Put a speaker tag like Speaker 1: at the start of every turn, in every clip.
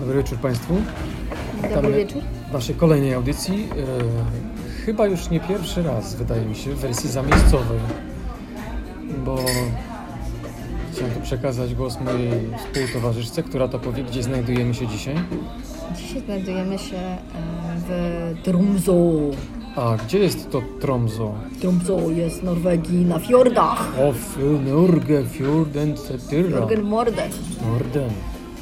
Speaker 1: Dobry wieczór Państwu.
Speaker 2: Dobry wieczór.
Speaker 1: W naszej kolejnej audycji, e, chyba już nie pierwszy raz, wydaje mi się, w wersji zamiejscowej, bo chciałem tu przekazać głos mojej współtowarzyszce, która to powie, gdzie znajdujemy się dzisiaj.
Speaker 2: Dzisiaj znajdujemy się e, w Tromsø.
Speaker 1: A gdzie jest to Tromso?
Speaker 2: Tromsø jest w Norwegii na fiordach.
Speaker 1: Of Nurge Fjorden Septyra.
Speaker 2: Jorgen Morden.
Speaker 1: Norden.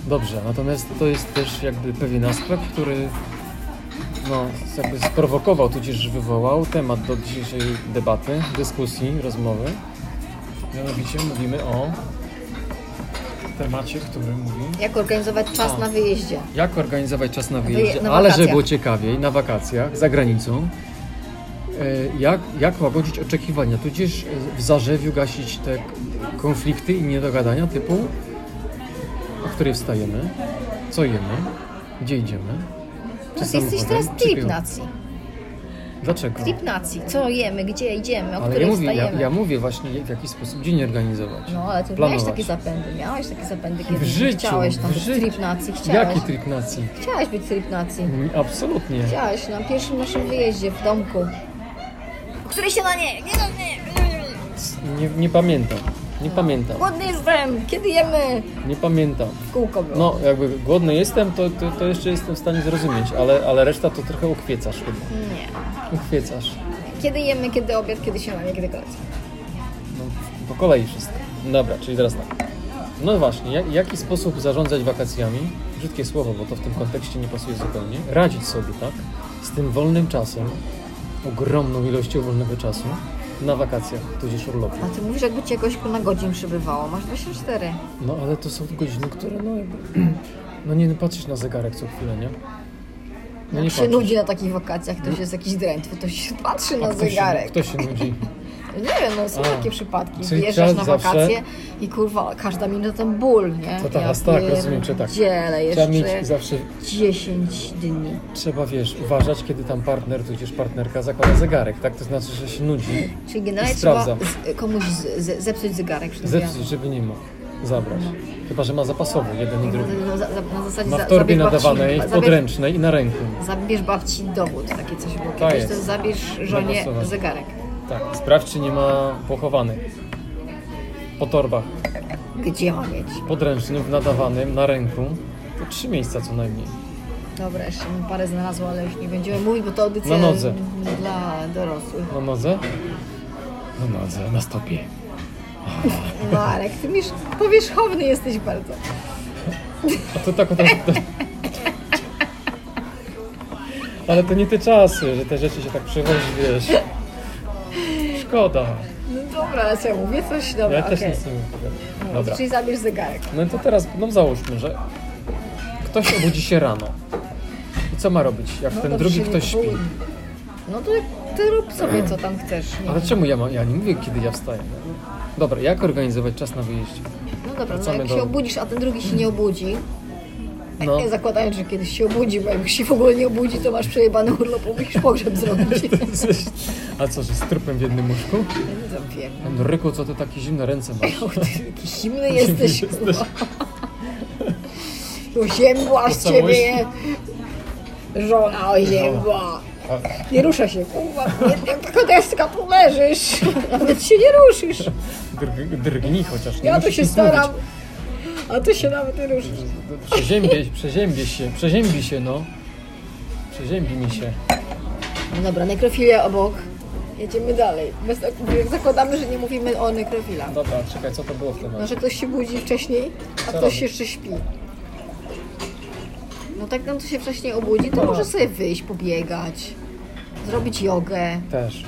Speaker 1: Dobrze, natomiast to jest też jakby pewien aspekt, który no, jakby sprowokował, tudzież wywołał temat do dzisiejszej debaty, dyskusji, rozmowy. Mianowicie mówimy o temacie, który mówi
Speaker 2: Jak organizować czas na wyjeździe?
Speaker 1: jak organizować czas na
Speaker 2: wyje-
Speaker 1: wyjeździe,
Speaker 2: na
Speaker 1: ale żeby
Speaker 2: wakacjach.
Speaker 1: było ciekawiej, na wakacjach, za granicą. E, Jak, jak łagodzić oczekiwania, tudzież e, w zarzewiu gasić te k- konflikty i niedogadania typu o której wstajemy, co jemy, gdzie idziemy.
Speaker 2: No, ty
Speaker 1: samochodem,
Speaker 2: jesteś teraz
Speaker 1: czy
Speaker 2: trip
Speaker 1: piłą.
Speaker 2: nacji.
Speaker 1: Dlaczego?
Speaker 2: Trip nacji. Co jemy, gdzie idziemy, o
Speaker 1: Ale ja
Speaker 2: której
Speaker 1: mówię, ja,
Speaker 2: wstajemy.
Speaker 1: ja mówię właśnie w jaki sposób dzień organizować.
Speaker 2: No, ale ty
Speaker 1: planować.
Speaker 2: miałeś takie zapędy, miałeś takie zapędy, kiedy
Speaker 1: w życiu,
Speaker 2: chciałeś tam
Speaker 1: w
Speaker 2: być
Speaker 1: życiu.
Speaker 2: trip nacji, chciałeś,
Speaker 1: Jaki trip nacji?
Speaker 2: chciałeś być trip nacji,
Speaker 1: Mm, Absolutnie.
Speaker 2: chciałeś na pierwszym naszym wyjeździe w domku, O której się na nie, nie, nie, nie, nie,
Speaker 1: Nie, nie pamiętam. Nie pamiętam.
Speaker 2: głodny jestem, kiedy jemy,
Speaker 1: Nie pamiętam.
Speaker 2: w kółko było.
Speaker 1: No, jakby głodny jestem, to, to, to jeszcze jestem w stanie zrozumieć, ale, ale reszta to trochę ukwiedzasz chyba.
Speaker 2: Nie.
Speaker 1: Ukwiedzasz.
Speaker 2: Kiedy jemy, kiedy obiad, kiedy śniadanie, kiedy kolacja.
Speaker 1: No, po kolei wszystko. Dobra, czyli teraz tak. No właśnie, jak, jaki sposób zarządzać wakacjami? Brzydkie słowo, bo to w tym kontekście nie pasuje zupełnie. Radzić sobie, tak? Z tym wolnym czasem, ogromną ilością wolnego czasu, na wakacjach, tudzież urlopie.
Speaker 2: A ty mówisz, jakby ci jakoś na godzin przybywało. Masz 24.
Speaker 1: No ale to są godziny, które no jakby... No nie patrzysz na zegarek co chwilę, nie? No
Speaker 2: Jak się nudzi na takich wakacjach, ktoś jest jakiś drętwy, to się patrzy
Speaker 1: A
Speaker 2: na
Speaker 1: kto się,
Speaker 2: zegarek.
Speaker 1: kto się nudzi?
Speaker 2: Nie wiem, no są
Speaker 1: A.
Speaker 2: takie przypadki.
Speaker 1: Czyli
Speaker 2: Wyjeżdżasz
Speaker 1: czas
Speaker 2: na
Speaker 1: zawsze-
Speaker 2: wakacje i kurwa, każda minuta ten ból, nie?
Speaker 1: To teraz tak, rozumiem, czy tak.
Speaker 2: Dzielę
Speaker 1: Trzeba
Speaker 2: jeszcze
Speaker 1: mieć zawsze,
Speaker 2: 10 dni.
Speaker 1: trzeba wiesz, uważać, kiedy tam partner, tudzież partnerka zakłada zegarek, tak? To znaczy, że się nudzi,
Speaker 2: Czyli generalnie trzeba
Speaker 1: Sprawdzam.
Speaker 2: z, y, komuś z, z, zepsuć zegarek. przed
Speaker 1: zepsuć,
Speaker 2: wyjazdem.
Speaker 1: żeby nie mógł zabrać. Chyba, że ma zapasowy jeden i drugi.
Speaker 2: Na, za- na zasadzie
Speaker 1: Ma
Speaker 2: No. za-
Speaker 1: w torbie
Speaker 2: zabierz babci-
Speaker 1: nadawanej,
Speaker 2: zabierz-
Speaker 1: podręcznej i na ręku.
Speaker 2: Zabierz babci dowód, takie coś było
Speaker 1: To
Speaker 2: kiedyś,
Speaker 1: jest.
Speaker 2: to zabierz żonie
Speaker 1: Dopasowane.
Speaker 2: zegarek.
Speaker 1: Tak, sprawdź, czy nie ma pochowanych. Po torbach,
Speaker 2: Gdzie ma mieć?
Speaker 1: podręcznym, w nadawanym, na ręku. To trzy miejsca co najmniej.
Speaker 2: Dobra, jeszcze bym parę znalazła, ale już nie będziemy mówić, bo to audycja
Speaker 1: Na nodze.
Speaker 2: dla dorosłych.
Speaker 1: Na nodze? Na nodze, na stopie.
Speaker 2: Marek, No, ty misz, powierzchowny jesteś bardzo.
Speaker 1: A to tak... To, to... Ale to nie te czasy, że te rzeczy się tak przewozi, wiesz. Szkoda.
Speaker 2: No dobra, ale co ja mówię? Coś, dobra,
Speaker 1: Ja też
Speaker 2: okej.
Speaker 1: nic nie umiem
Speaker 2: No,
Speaker 1: powiedzieć. Dobra.
Speaker 2: Czyli zabierz zegarek.
Speaker 1: No to teraz, no załóżmy, że ktoś obudzi się rano. I co ma robić, jak
Speaker 2: No
Speaker 1: ten
Speaker 2: dobrze,
Speaker 1: drugi
Speaker 2: nie
Speaker 1: ktoś śpi?
Speaker 2: próbuj. No to ty rób sobie, co tam chcesz. Nie?
Speaker 1: Ale czemu ja mam, ja nie mówię, kiedy ja wstaję. no. Dobra, jak organizować czas na wyjście?
Speaker 2: No dobra, no
Speaker 1: Wracamy
Speaker 2: jak
Speaker 1: do-
Speaker 2: się obudzisz, a ten drugi się nie obudzi, tak
Speaker 1: No,
Speaker 2: nie zakładając, że kiedyś się obudzi, bo jak się w ogóle nie obudzi, to masz przejebany urlop, bo musisz pogrzeb zrobić.
Speaker 1: a co, że z trupem w jednym łóżku?
Speaker 2: No wiem.
Speaker 1: Henryku, co ty takie zimne ręce masz?
Speaker 2: Och, ty taki zimny jesteś. kurwa. Oziębła z
Speaker 1: Pocałuj.
Speaker 2: ciebie. Żona oziębła. Nie rusza się, kurwa. Nie, jak taka deska, tu leżysz. Nawet się nie ruszysz.
Speaker 1: Drg, drgnij chociaż. nie
Speaker 2: Ja tu
Speaker 1: musisz
Speaker 2: się
Speaker 1: nic mówić.
Speaker 2: staram. A ty się nawet nie ruszysz.
Speaker 1: Przeziębię, przeziębię się, przeziębi się, no. Przeziębi mi się.
Speaker 2: No Dobra, nekrofilia obok. Jedziemy dalej. Bez, jak zakładamy, że nie mówimy o nekrofilach.
Speaker 1: Dobra, czekaj, co to było w
Speaker 2: No,
Speaker 1: temacie?
Speaker 2: że ktoś się budzi wcześniej, a
Speaker 1: Co
Speaker 2: ktoś
Speaker 1: robi?
Speaker 2: jeszcze śpi. No tak nam to się wcześniej obudzi,
Speaker 1: No.
Speaker 2: to może sobie wyjść, pobiegać, zrobić jogę,
Speaker 1: Też.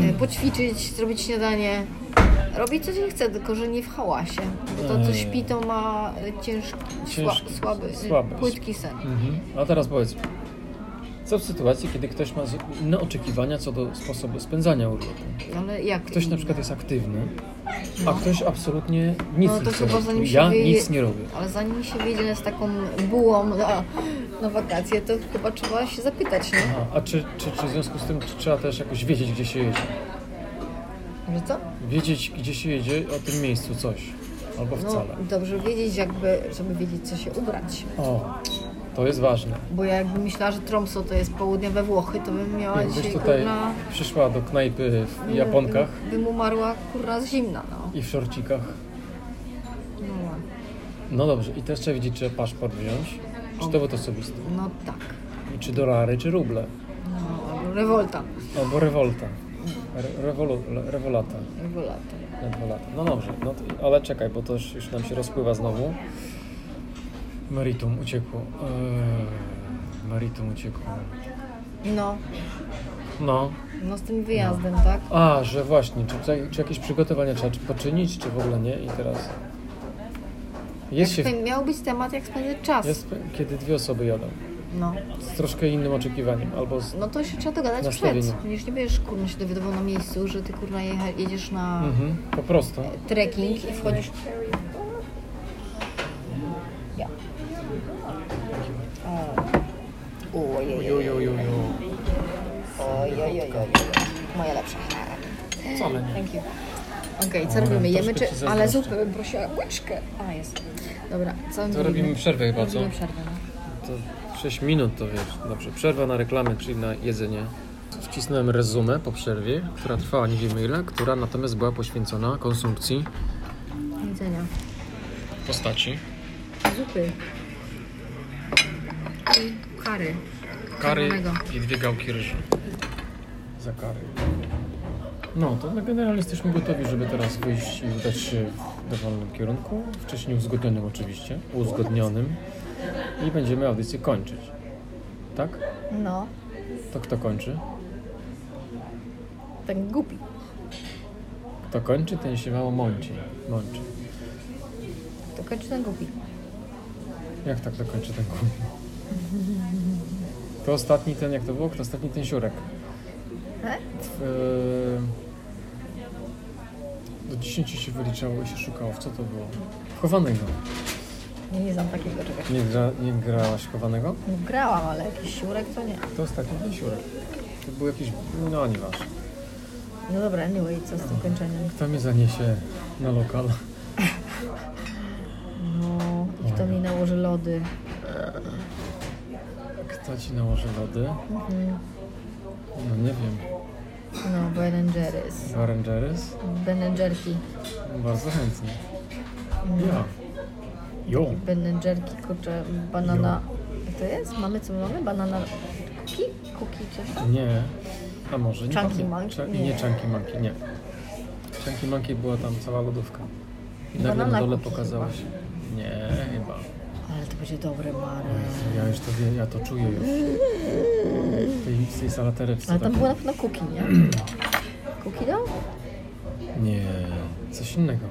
Speaker 2: e, poćwiczyć, zrobić śniadanie. Robić co dzień chce, tylko że nie w hałasie. Bo to, co
Speaker 1: Eee.
Speaker 2: śpi, to ma e, ciężki, sła,
Speaker 1: Ciężki,
Speaker 2: słaby, e,
Speaker 1: słaby.
Speaker 2: płytki sen.
Speaker 1: Mhm. A teraz powiedz, co w sytuacji, kiedy ktoś ma z- inne oczekiwania co do sposobu spędzania urlopu?
Speaker 2: Ale jak?
Speaker 1: Mhm. Ktoś na przykład jest aktywny, a ktoś absolutnie nic
Speaker 2: No, to
Speaker 1: nie chce
Speaker 2: chyba
Speaker 1: robić.
Speaker 2: zanim się
Speaker 1: Ja
Speaker 2: wyje-
Speaker 1: nic nie robię.
Speaker 2: Ale zanim się wyjdzie z taką bułą na, na wakacje, to chyba trzeba się zapytać, nie?
Speaker 1: A, a czy, czy, czy w związku z tym czy trzeba też jakoś wiedzieć, gdzie się jedzie?
Speaker 2: Że co?
Speaker 1: Wiedzieć, gdzie się jedzie, o tym miejscu coś. Albo
Speaker 2: No,
Speaker 1: wcale.
Speaker 2: dobrze wiedzieć, jakby, żeby wiedzieć, co się ubrać.
Speaker 1: O, To jest ważne.
Speaker 2: Bo ja jakbym myślała, że Tromso to jest południowe Włochy, to bym miała
Speaker 1: Jakbyś
Speaker 2: dzisiaj
Speaker 1: tutaj
Speaker 2: kurna...
Speaker 1: przyszła do knajpy w Japonkach
Speaker 2: Bym, bym umarła kurna z zimna, no.
Speaker 1: i w szorcikach.
Speaker 2: no.
Speaker 1: No dobrze, i też trzeba wiedzieć, czy paszport wziąć, czy dowód osobisty,
Speaker 2: No tak.
Speaker 1: i czy dolary, czy ruble,
Speaker 2: No, albo rewolta.
Speaker 1: albo rewolta. Re, rewolu, le- rewolata.
Speaker 2: Rewolata.
Speaker 1: Rewolata. No dobrze, no to, ale czekaj, bo to już, już nam się rozpływa znowu. Meritum uciekło. Eee, meritum uciekło.
Speaker 2: No,
Speaker 1: No.
Speaker 2: no z tym wyjazdem, tak?
Speaker 1: A, że właśnie, czy, czy, czy jakieś przygotowania trzeba czy poczynić, czy w ogóle nie? I teraz. Jest się.
Speaker 2: Ten miał być temat, jak spędzę czas.
Speaker 1: Jest, kiedy dwie osoby jadą.
Speaker 2: No.
Speaker 1: Z troszkę innym oczekiwaniem, albo z
Speaker 2: No to się trzeba dogadać
Speaker 1: Nastawienie.
Speaker 2: przed. Już nie będziesz kurna się dowiadywał na miejscu, że ty kurna jecha- jedziesz na
Speaker 1: Mhm, po prostu.
Speaker 2: trekking i wchodzisz... Ja. O. Ojej,
Speaker 1: Ju, ju, ju, ju.
Speaker 2: ojej, ojej, ojej. Moja lepsza.
Speaker 1: Wcale nie.
Speaker 2: Thank you. Okej, co robimy?
Speaker 1: troszkę
Speaker 2: Jemy
Speaker 1: ci
Speaker 2: czy...
Speaker 1: zazdroszczę.
Speaker 2: Ale zupę bym prosiła. Łyczkę. A, jest. Dobra, co
Speaker 1: To robimy przerwę chyba, co?
Speaker 2: Robimy przerwę, no.
Speaker 1: To 6 minut to wiesz. Dobrze, przerwa na reklamy, czyli na jedzenie. Wcisnąłem rezumę po przerwie, która trwała nie wiem ile, która natomiast była poświęcona konsumpcji
Speaker 2: no. Jedzenia.
Speaker 1: postaci.
Speaker 2: Zupy. I kary.
Speaker 1: Kary
Speaker 2: Czerwonego.
Speaker 1: i dwie gałki ryżu. Za kary. No, to no generalnie jesteśmy gotowi, żeby teraz wyjść i udać się w dowolnym kierunku. Wcześniej uzgodnionym oczywiście, uzgodnionym. I będziemy audycję kończyć. Tak?
Speaker 2: No,
Speaker 1: To kto kończy?
Speaker 2: tak głupi.
Speaker 1: Kto kończy, ten się mało mąci. mąci.
Speaker 2: To kończy ten tak głupi.
Speaker 1: Jak tak to kończy ten głupi? To ostatni ten, jak to było? Kto ostatni ten siurek?
Speaker 2: E?
Speaker 1: W, Yy, do 10 się wyliczało i się szukało. W co to było? W chowanego.
Speaker 2: Nie, nie znam takiego czegoś.
Speaker 1: Nie, gra, nie grałaś w chowanego?
Speaker 2: No, grałam, ale jakiś siurek to nie.
Speaker 1: To ostatni ten siurek. To był jakiś... No, nieważne.
Speaker 2: No dobra, anyway, co z tym kończeniem?
Speaker 1: Kto mnie zaniesie na lokal?
Speaker 2: No, i kto mi nałoży lody?
Speaker 1: Kto ci nałoży lody? No nie wiem.
Speaker 2: Mhm. No, Ben Jerry's.
Speaker 1: Orangeries?
Speaker 2: Ben Jerky.
Speaker 1: Bardzo chętnie. Ja. Jo.
Speaker 2: Ben Jerky, kurczę, banana... To jest? Mamy co mamy? Banana... Cookie? Cookie coś tam?
Speaker 1: Nie. A może nie.
Speaker 2: Chunky
Speaker 1: pamiętam.
Speaker 2: Monkey?
Speaker 1: Cza-
Speaker 2: Nie.
Speaker 1: Nie, nie Chunky Monkey, nie. Chunky Monkey była tam cała lodówka. I nagle
Speaker 2: Banana
Speaker 1: na dole
Speaker 2: cookie
Speaker 1: pokazała
Speaker 2: chyba.
Speaker 1: się. Nie, chyba.
Speaker 2: Ale to będzie dobre, Mary.
Speaker 1: Ja już to wiem, ja to czuję już. W tej, w tej salatereczce.
Speaker 2: Ale tam
Speaker 1: takiej.
Speaker 2: było na pewno cookie, nie? Cookie dał?
Speaker 1: Nie, coś innego.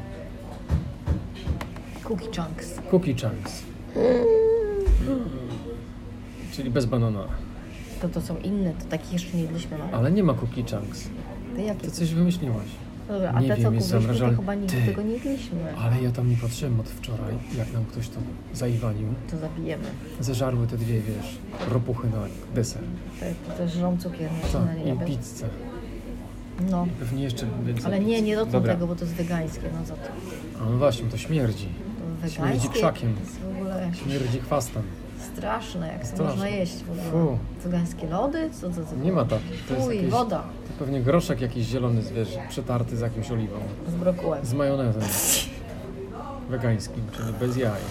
Speaker 2: Cookie chunks.
Speaker 1: Cookie Chunks. Czyli bez banana.
Speaker 2: To to są inne, to takich jeszcze nie jedliśmy, no.
Speaker 1: Ale nie ma Cookie Chunks.
Speaker 2: Ty jakie?
Speaker 1: Ty coś wymyśliłaś.
Speaker 2: No Dobra, a
Speaker 1: nie
Speaker 2: te
Speaker 1: wiem,
Speaker 2: co
Speaker 1: jest
Speaker 2: kupiliśmy, to
Speaker 1: zamrażalne.
Speaker 2: chyba nigdy
Speaker 1: Ty.
Speaker 2: tego nie jedliśmy.
Speaker 1: Ale ja tam nie patrzyłem od wczoraj, jak nam ktoś tu zaiwanił.
Speaker 2: To zabijemy.
Speaker 1: Zeżarły te dwie, wiesz, ropuchy na deser.
Speaker 2: To, to żrą cukier, nie?
Speaker 1: Co?
Speaker 2: na nie
Speaker 1: I
Speaker 2: wiem.
Speaker 1: pizzę.
Speaker 2: No.
Speaker 1: Pewnie jeszcze więcej
Speaker 2: Ale nie, nie dotknę
Speaker 1: Dobra.
Speaker 2: tego, bo to jest wegańskie, no co to?
Speaker 1: A no właśnie, to śmierdzi.
Speaker 2: to
Speaker 1: Śmierdzi
Speaker 2: wegańskie
Speaker 1: krzakiem.
Speaker 2: to jest w ogóle
Speaker 1: Śmierdzi chwastem.
Speaker 2: straszne, jak to
Speaker 1: Straszne.
Speaker 2: można jeść w ogóle.
Speaker 1: Fu.
Speaker 2: Wegańskie lody? Co to? co?
Speaker 1: Nie ma takich. To jest
Speaker 2: Fuj,
Speaker 1: jakieś,
Speaker 2: woda
Speaker 1: To pewnie groszek jakiś zielony, wiesz, przetarty z jakimś oliwą.
Speaker 2: z brokułem.
Speaker 1: Z majonezem. Wegańskim, czyli bez jaj.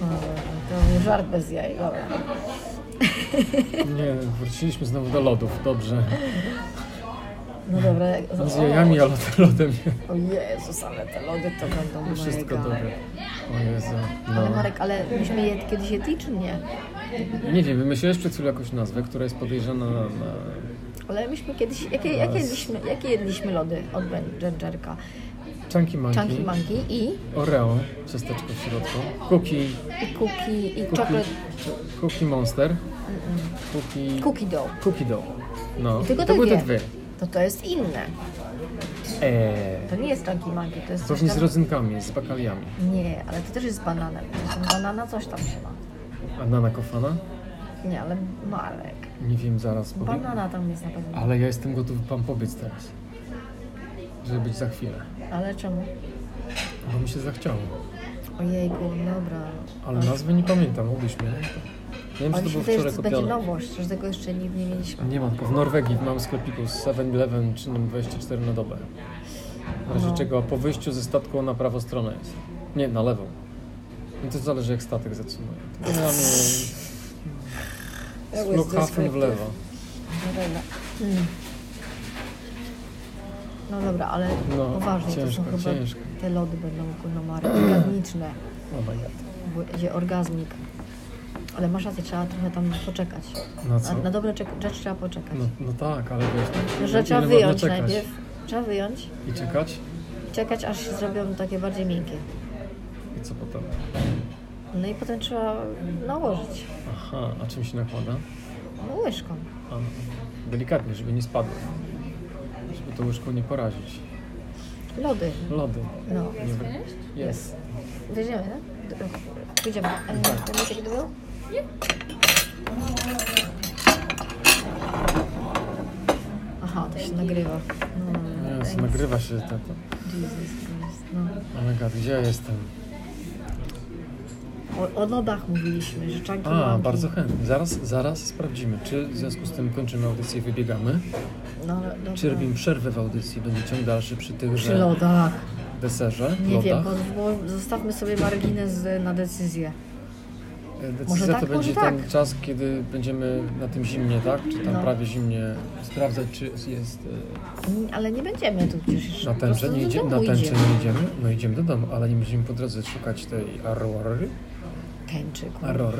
Speaker 2: No, dobra, to był żart bez jaj, dobra.
Speaker 1: Nie, wróciliśmy znowu do lodów, dobrze.
Speaker 2: No dobra.
Speaker 1: Z jajami, ale to lodem nie.
Speaker 2: O Jezus, ale te lody to będą
Speaker 1: Wszystko
Speaker 2: mega.
Speaker 1: dobre. O Jezu.
Speaker 2: Ale
Speaker 1: No.
Speaker 2: Marek, ale myśmy je kiedyś jedli, czy nie?
Speaker 1: Nie wiem, wymyśliłeś przed chwilą jakąś nazwę, która jest podejrzana na... na...
Speaker 2: Ale myśmy kiedyś, jakie, jakie, jedliśmy, jakie jedliśmy lody od Ben- Dżerdżerka?
Speaker 1: Chunky Monkey.
Speaker 2: Chunky Monkey i,
Speaker 1: Oreo, ciasteczko w środku. Cookie,
Speaker 2: i cookie, i
Speaker 1: cookie,
Speaker 2: chocolate,
Speaker 1: ch- cookie Monster. Cookie,
Speaker 2: cookie dough.
Speaker 1: cookie Dough. No,
Speaker 2: Tylko
Speaker 1: to
Speaker 2: te
Speaker 1: były te
Speaker 2: dwie.
Speaker 1: dwie.
Speaker 2: To to jest inne.
Speaker 1: Eee,
Speaker 2: To nie jest Chunky Monkey, to jest coś
Speaker 1: pewnie z
Speaker 2: tam...
Speaker 1: rodzynkami, z bakaliami.
Speaker 2: Nie, ale to też jest z bananem. To ten banana coś tam się ma.
Speaker 1: A nana kofana?
Speaker 2: Nie, ale Marek.
Speaker 1: Nie wiem, zaraz powiem.
Speaker 2: Banana tam jest na pewno.
Speaker 1: Ale ja jestem gotów pan pobiec teraz. Żeby być za chwilę.
Speaker 2: Ale czemu?
Speaker 1: Bo mi się zachciało.
Speaker 2: Ojejku, dobra.
Speaker 1: Ale nazwy nie pamiętam, mogliśmy. wiem,
Speaker 2: Ale
Speaker 1: czy to było
Speaker 2: to
Speaker 1: wczoraj
Speaker 2: jest, będzie
Speaker 1: kupione.
Speaker 2: nowość, że tego jeszcze nie, nie mieliśmy.
Speaker 1: Nie mam. W Norwegii mam sklepiku z 7-Eleven czynnym 24 na dobę. W
Speaker 2: No.
Speaker 1: razie czego po wyjściu ze statku na prawą stronę jest. Nie, na lewą. No to zależy jak statek zatrzymuje. Generalnie z
Speaker 2: That was
Speaker 1: Flughafen w
Speaker 2: descriptive.
Speaker 1: lewo.
Speaker 2: No dobra. Mm. No dobra, ale
Speaker 1: No,
Speaker 2: poważnie,
Speaker 1: ciężko,
Speaker 2: to są chyba
Speaker 1: ciężko.
Speaker 2: te lody będą no, kulnomary organiczne,
Speaker 1: Oh my god.
Speaker 2: bo będzie orgazmik. Ale masz rację, trzeba trochę tam poczekać.
Speaker 1: Na co?
Speaker 2: Na, na dobre czek- rzecz trzeba poczekać. No,
Speaker 1: No, no tak, ale wiesz, tak,
Speaker 2: Że trzeba
Speaker 1: ile
Speaker 2: wyjąć
Speaker 1: można czekać?
Speaker 2: najpierw. Trzeba wyjąć
Speaker 1: I czekać?
Speaker 2: i czekać, aż się zrobią takie bardziej miękkie.
Speaker 1: I co potem?
Speaker 2: No i potem trzeba nałożyć
Speaker 1: Aha, a czym się nakłada?
Speaker 2: no, łyżką.
Speaker 1: A, no. delikatnie, żeby nie spadły. Żeby to łyżką nie porazić.
Speaker 2: Lody.
Speaker 1: Lody.
Speaker 2: No.
Speaker 1: Nie wy- Jest.
Speaker 2: Weźmiemy, no? D- Pójdziemy. E, And
Speaker 1: Tak.
Speaker 2: let me take the wheel. Aha, to się nagrywa. No, no, no.
Speaker 1: Jezu,
Speaker 2: Thanks.
Speaker 1: nagrywa się to. to.
Speaker 2: Jesus Christ. No.
Speaker 1: Oh my god, gdzie ja jestem?
Speaker 2: O, o lodach mówiliśmy, że czanki
Speaker 1: A,
Speaker 2: manki.
Speaker 1: bardzo chętnie. Zaraz, zaraz sprawdzimy, czy w związku z tym kończymy audycję i wybiegamy,
Speaker 2: No, no,
Speaker 1: czy robimy przerwę w audycji, będzie ciąg dalszy przy
Speaker 2: Przy
Speaker 1: tychże
Speaker 2: lodach.
Speaker 1: deserze,
Speaker 2: Nie wiem,
Speaker 1: lodach.
Speaker 2: bo, bo zostawmy sobie margines y, na decyzję.
Speaker 1: E, Decyzja
Speaker 2: może tak,
Speaker 1: to
Speaker 2: może
Speaker 1: będzie ten
Speaker 2: tak.
Speaker 1: czas, kiedy będziemy na tym zimnie, tak? Czy tam
Speaker 2: No.
Speaker 1: prawie zimnie sprawdzać, czy jest... e,
Speaker 2: Mm, Ale nie będziemy tu przecież jeszcze.
Speaker 1: Na
Speaker 2: po
Speaker 1: tęczę
Speaker 2: prostu no
Speaker 1: nie
Speaker 2: do
Speaker 1: idziemy, na
Speaker 2: domu
Speaker 1: tęczę
Speaker 2: idziemy.
Speaker 1: nie idziemy, no idziemy do domu, ale nie będziemy po drodze szukać tej arrory.
Speaker 2: Tęczy, kurwa.
Speaker 1: A rory?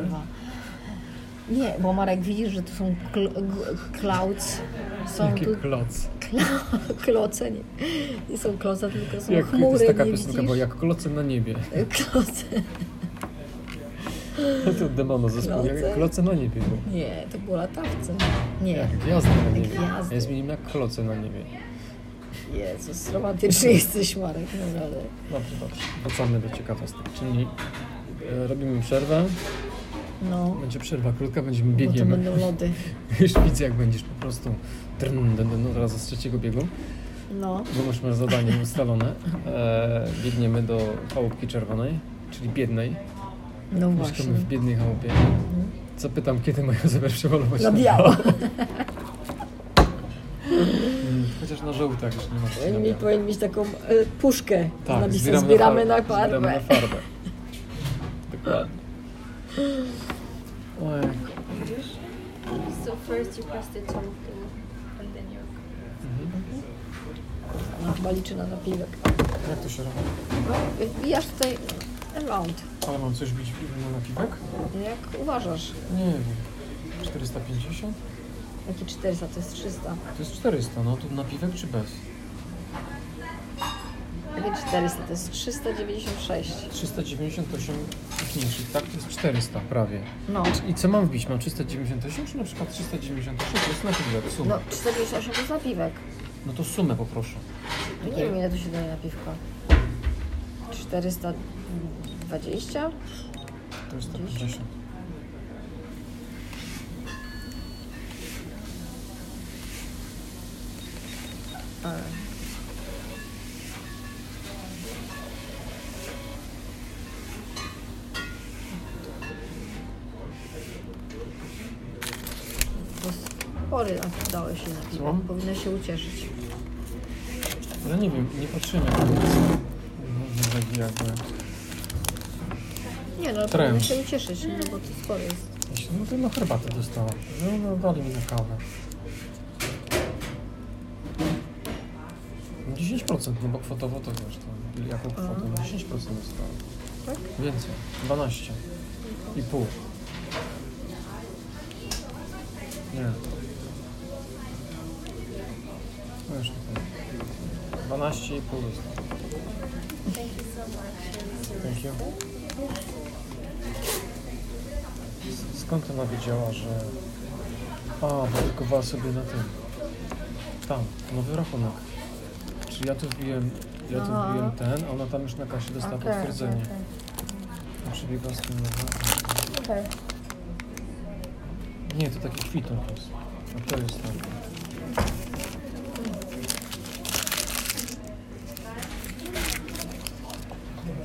Speaker 2: Nie, bo Marek widzisz, że tu są kl- g- clouds, są
Speaker 1: Jaki
Speaker 2: tu
Speaker 1: kloc.
Speaker 2: kla- kloce, nie, nie są kloce, tylko są
Speaker 1: Jak, to
Speaker 2: chmury,
Speaker 1: jest taka
Speaker 2: nie
Speaker 1: piosenka,
Speaker 2: widzisz?
Speaker 1: bo jak kloce na niebie.
Speaker 2: Kloce,
Speaker 1: To demona zespół,
Speaker 2: Kloce?
Speaker 1: jak kloce na niebie. było.
Speaker 2: nie, to było latawce, nie,
Speaker 1: Jak gwiazdy na niebie.
Speaker 2: Gwiazdy.
Speaker 1: Ja zmieniłem na kloce na niebie.
Speaker 2: Jezus, romantyczny jesteś Marek, naprawdę.
Speaker 1: Dobrze, dobrze. Wracamy do ciekawostek. Czyli e, robimy przerwę.
Speaker 2: No,
Speaker 1: Będzie przerwa krótka, będziemy
Speaker 2: bo No to
Speaker 1: biegiem.
Speaker 2: będą lody,
Speaker 1: Już widzę, jak będziesz po prostu drn, drn, drn, teraz z trzeciego biegu,
Speaker 2: no,
Speaker 1: bo już masz zadanie ustalone. E, biegniemy do chałupki czerwonej, czyli biednej.
Speaker 2: no właśnie.
Speaker 1: Mieszkamy w biednej chałupie. Mhm. Zapytam, kiedy mają zamiar przemalować
Speaker 2: Na
Speaker 1: ten
Speaker 2: biało.
Speaker 1: dom. Mm, Chociaż na żółto tak już nie ma. się na
Speaker 2: Oni
Speaker 1: biało.
Speaker 2: powinni mieć taką e, puszkę z
Speaker 1: Tak,
Speaker 2: napisem
Speaker 1: zbieramy,
Speaker 2: zbieramy,
Speaker 1: na
Speaker 2: na
Speaker 1: farbę.
Speaker 2: parwę.
Speaker 1: Zbieramy na farbę. Dokładnie. Ojej.
Speaker 3: So first you pasted something and then you
Speaker 2: No, chyba liczy na napiwek.
Speaker 1: Jak to się robi?
Speaker 2: No, wbijasz tutaj amount.
Speaker 1: Ale mam coś bić na napiwek?
Speaker 2: Jak uważasz?
Speaker 1: Nie wiem. 450?
Speaker 2: Jakie 400, to jest 300.
Speaker 1: To jest 400, no to napiwek czy bez?
Speaker 2: Jakie 400, to jest 396.
Speaker 1: 398 mniejszych, tak? To jest 400 prawie.
Speaker 2: No,
Speaker 1: I co mam wbić? Mam 398 czy na przykład 396? To jest napiwek, sumę.
Speaker 2: no
Speaker 1: No.
Speaker 2: 48 to jest napiwek.
Speaker 1: to sumę poproszę.
Speaker 2: Nie wiem ile tu się daje napiwka. 420?
Speaker 1: To jest 150.
Speaker 2: To jest spory nap- dałeś się napiwek.
Speaker 1: Co?
Speaker 2: Powinna się ucieszyć.
Speaker 1: Ale No nie wiem, nie patrzyłem jak to jest. No, Norwegii jakby.
Speaker 2: Nie no, powinna
Speaker 1: Trend.
Speaker 2: się ucieszyć, no bo to spory jest.
Speaker 1: Ja się, no to na herbatę dostałam. No, no dali mi na kawę. No 10%, no bo kwotowo to wiesz, to jaką kwotę? No 10% dostałam.
Speaker 2: Tak?
Speaker 1: Więcej, 12 i pół. Nie. No już nie 12 i pół dostałam. Thank you. Skąd ona wiedziała, że... A, bo drukowała sobie na tym. Tam, nowy rachunek. Czyli ja tu wbiłem, ja tu
Speaker 2: Aha.
Speaker 1: wbiłem ten, a ona tam już na kasie dostała
Speaker 2: Okej,
Speaker 1: potwierdzenie.
Speaker 2: okej.
Speaker 1: A Przebiegła z tym nowym.
Speaker 2: Okej.
Speaker 1: no. Nie, to taki kwitą to jest. A No, to jest tak. tam.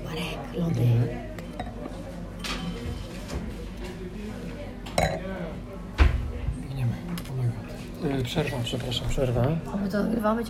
Speaker 2: Marek, lody.
Speaker 4: Y, Przerwa, przepraszam, przerwa.
Speaker 1: My to nagrywamy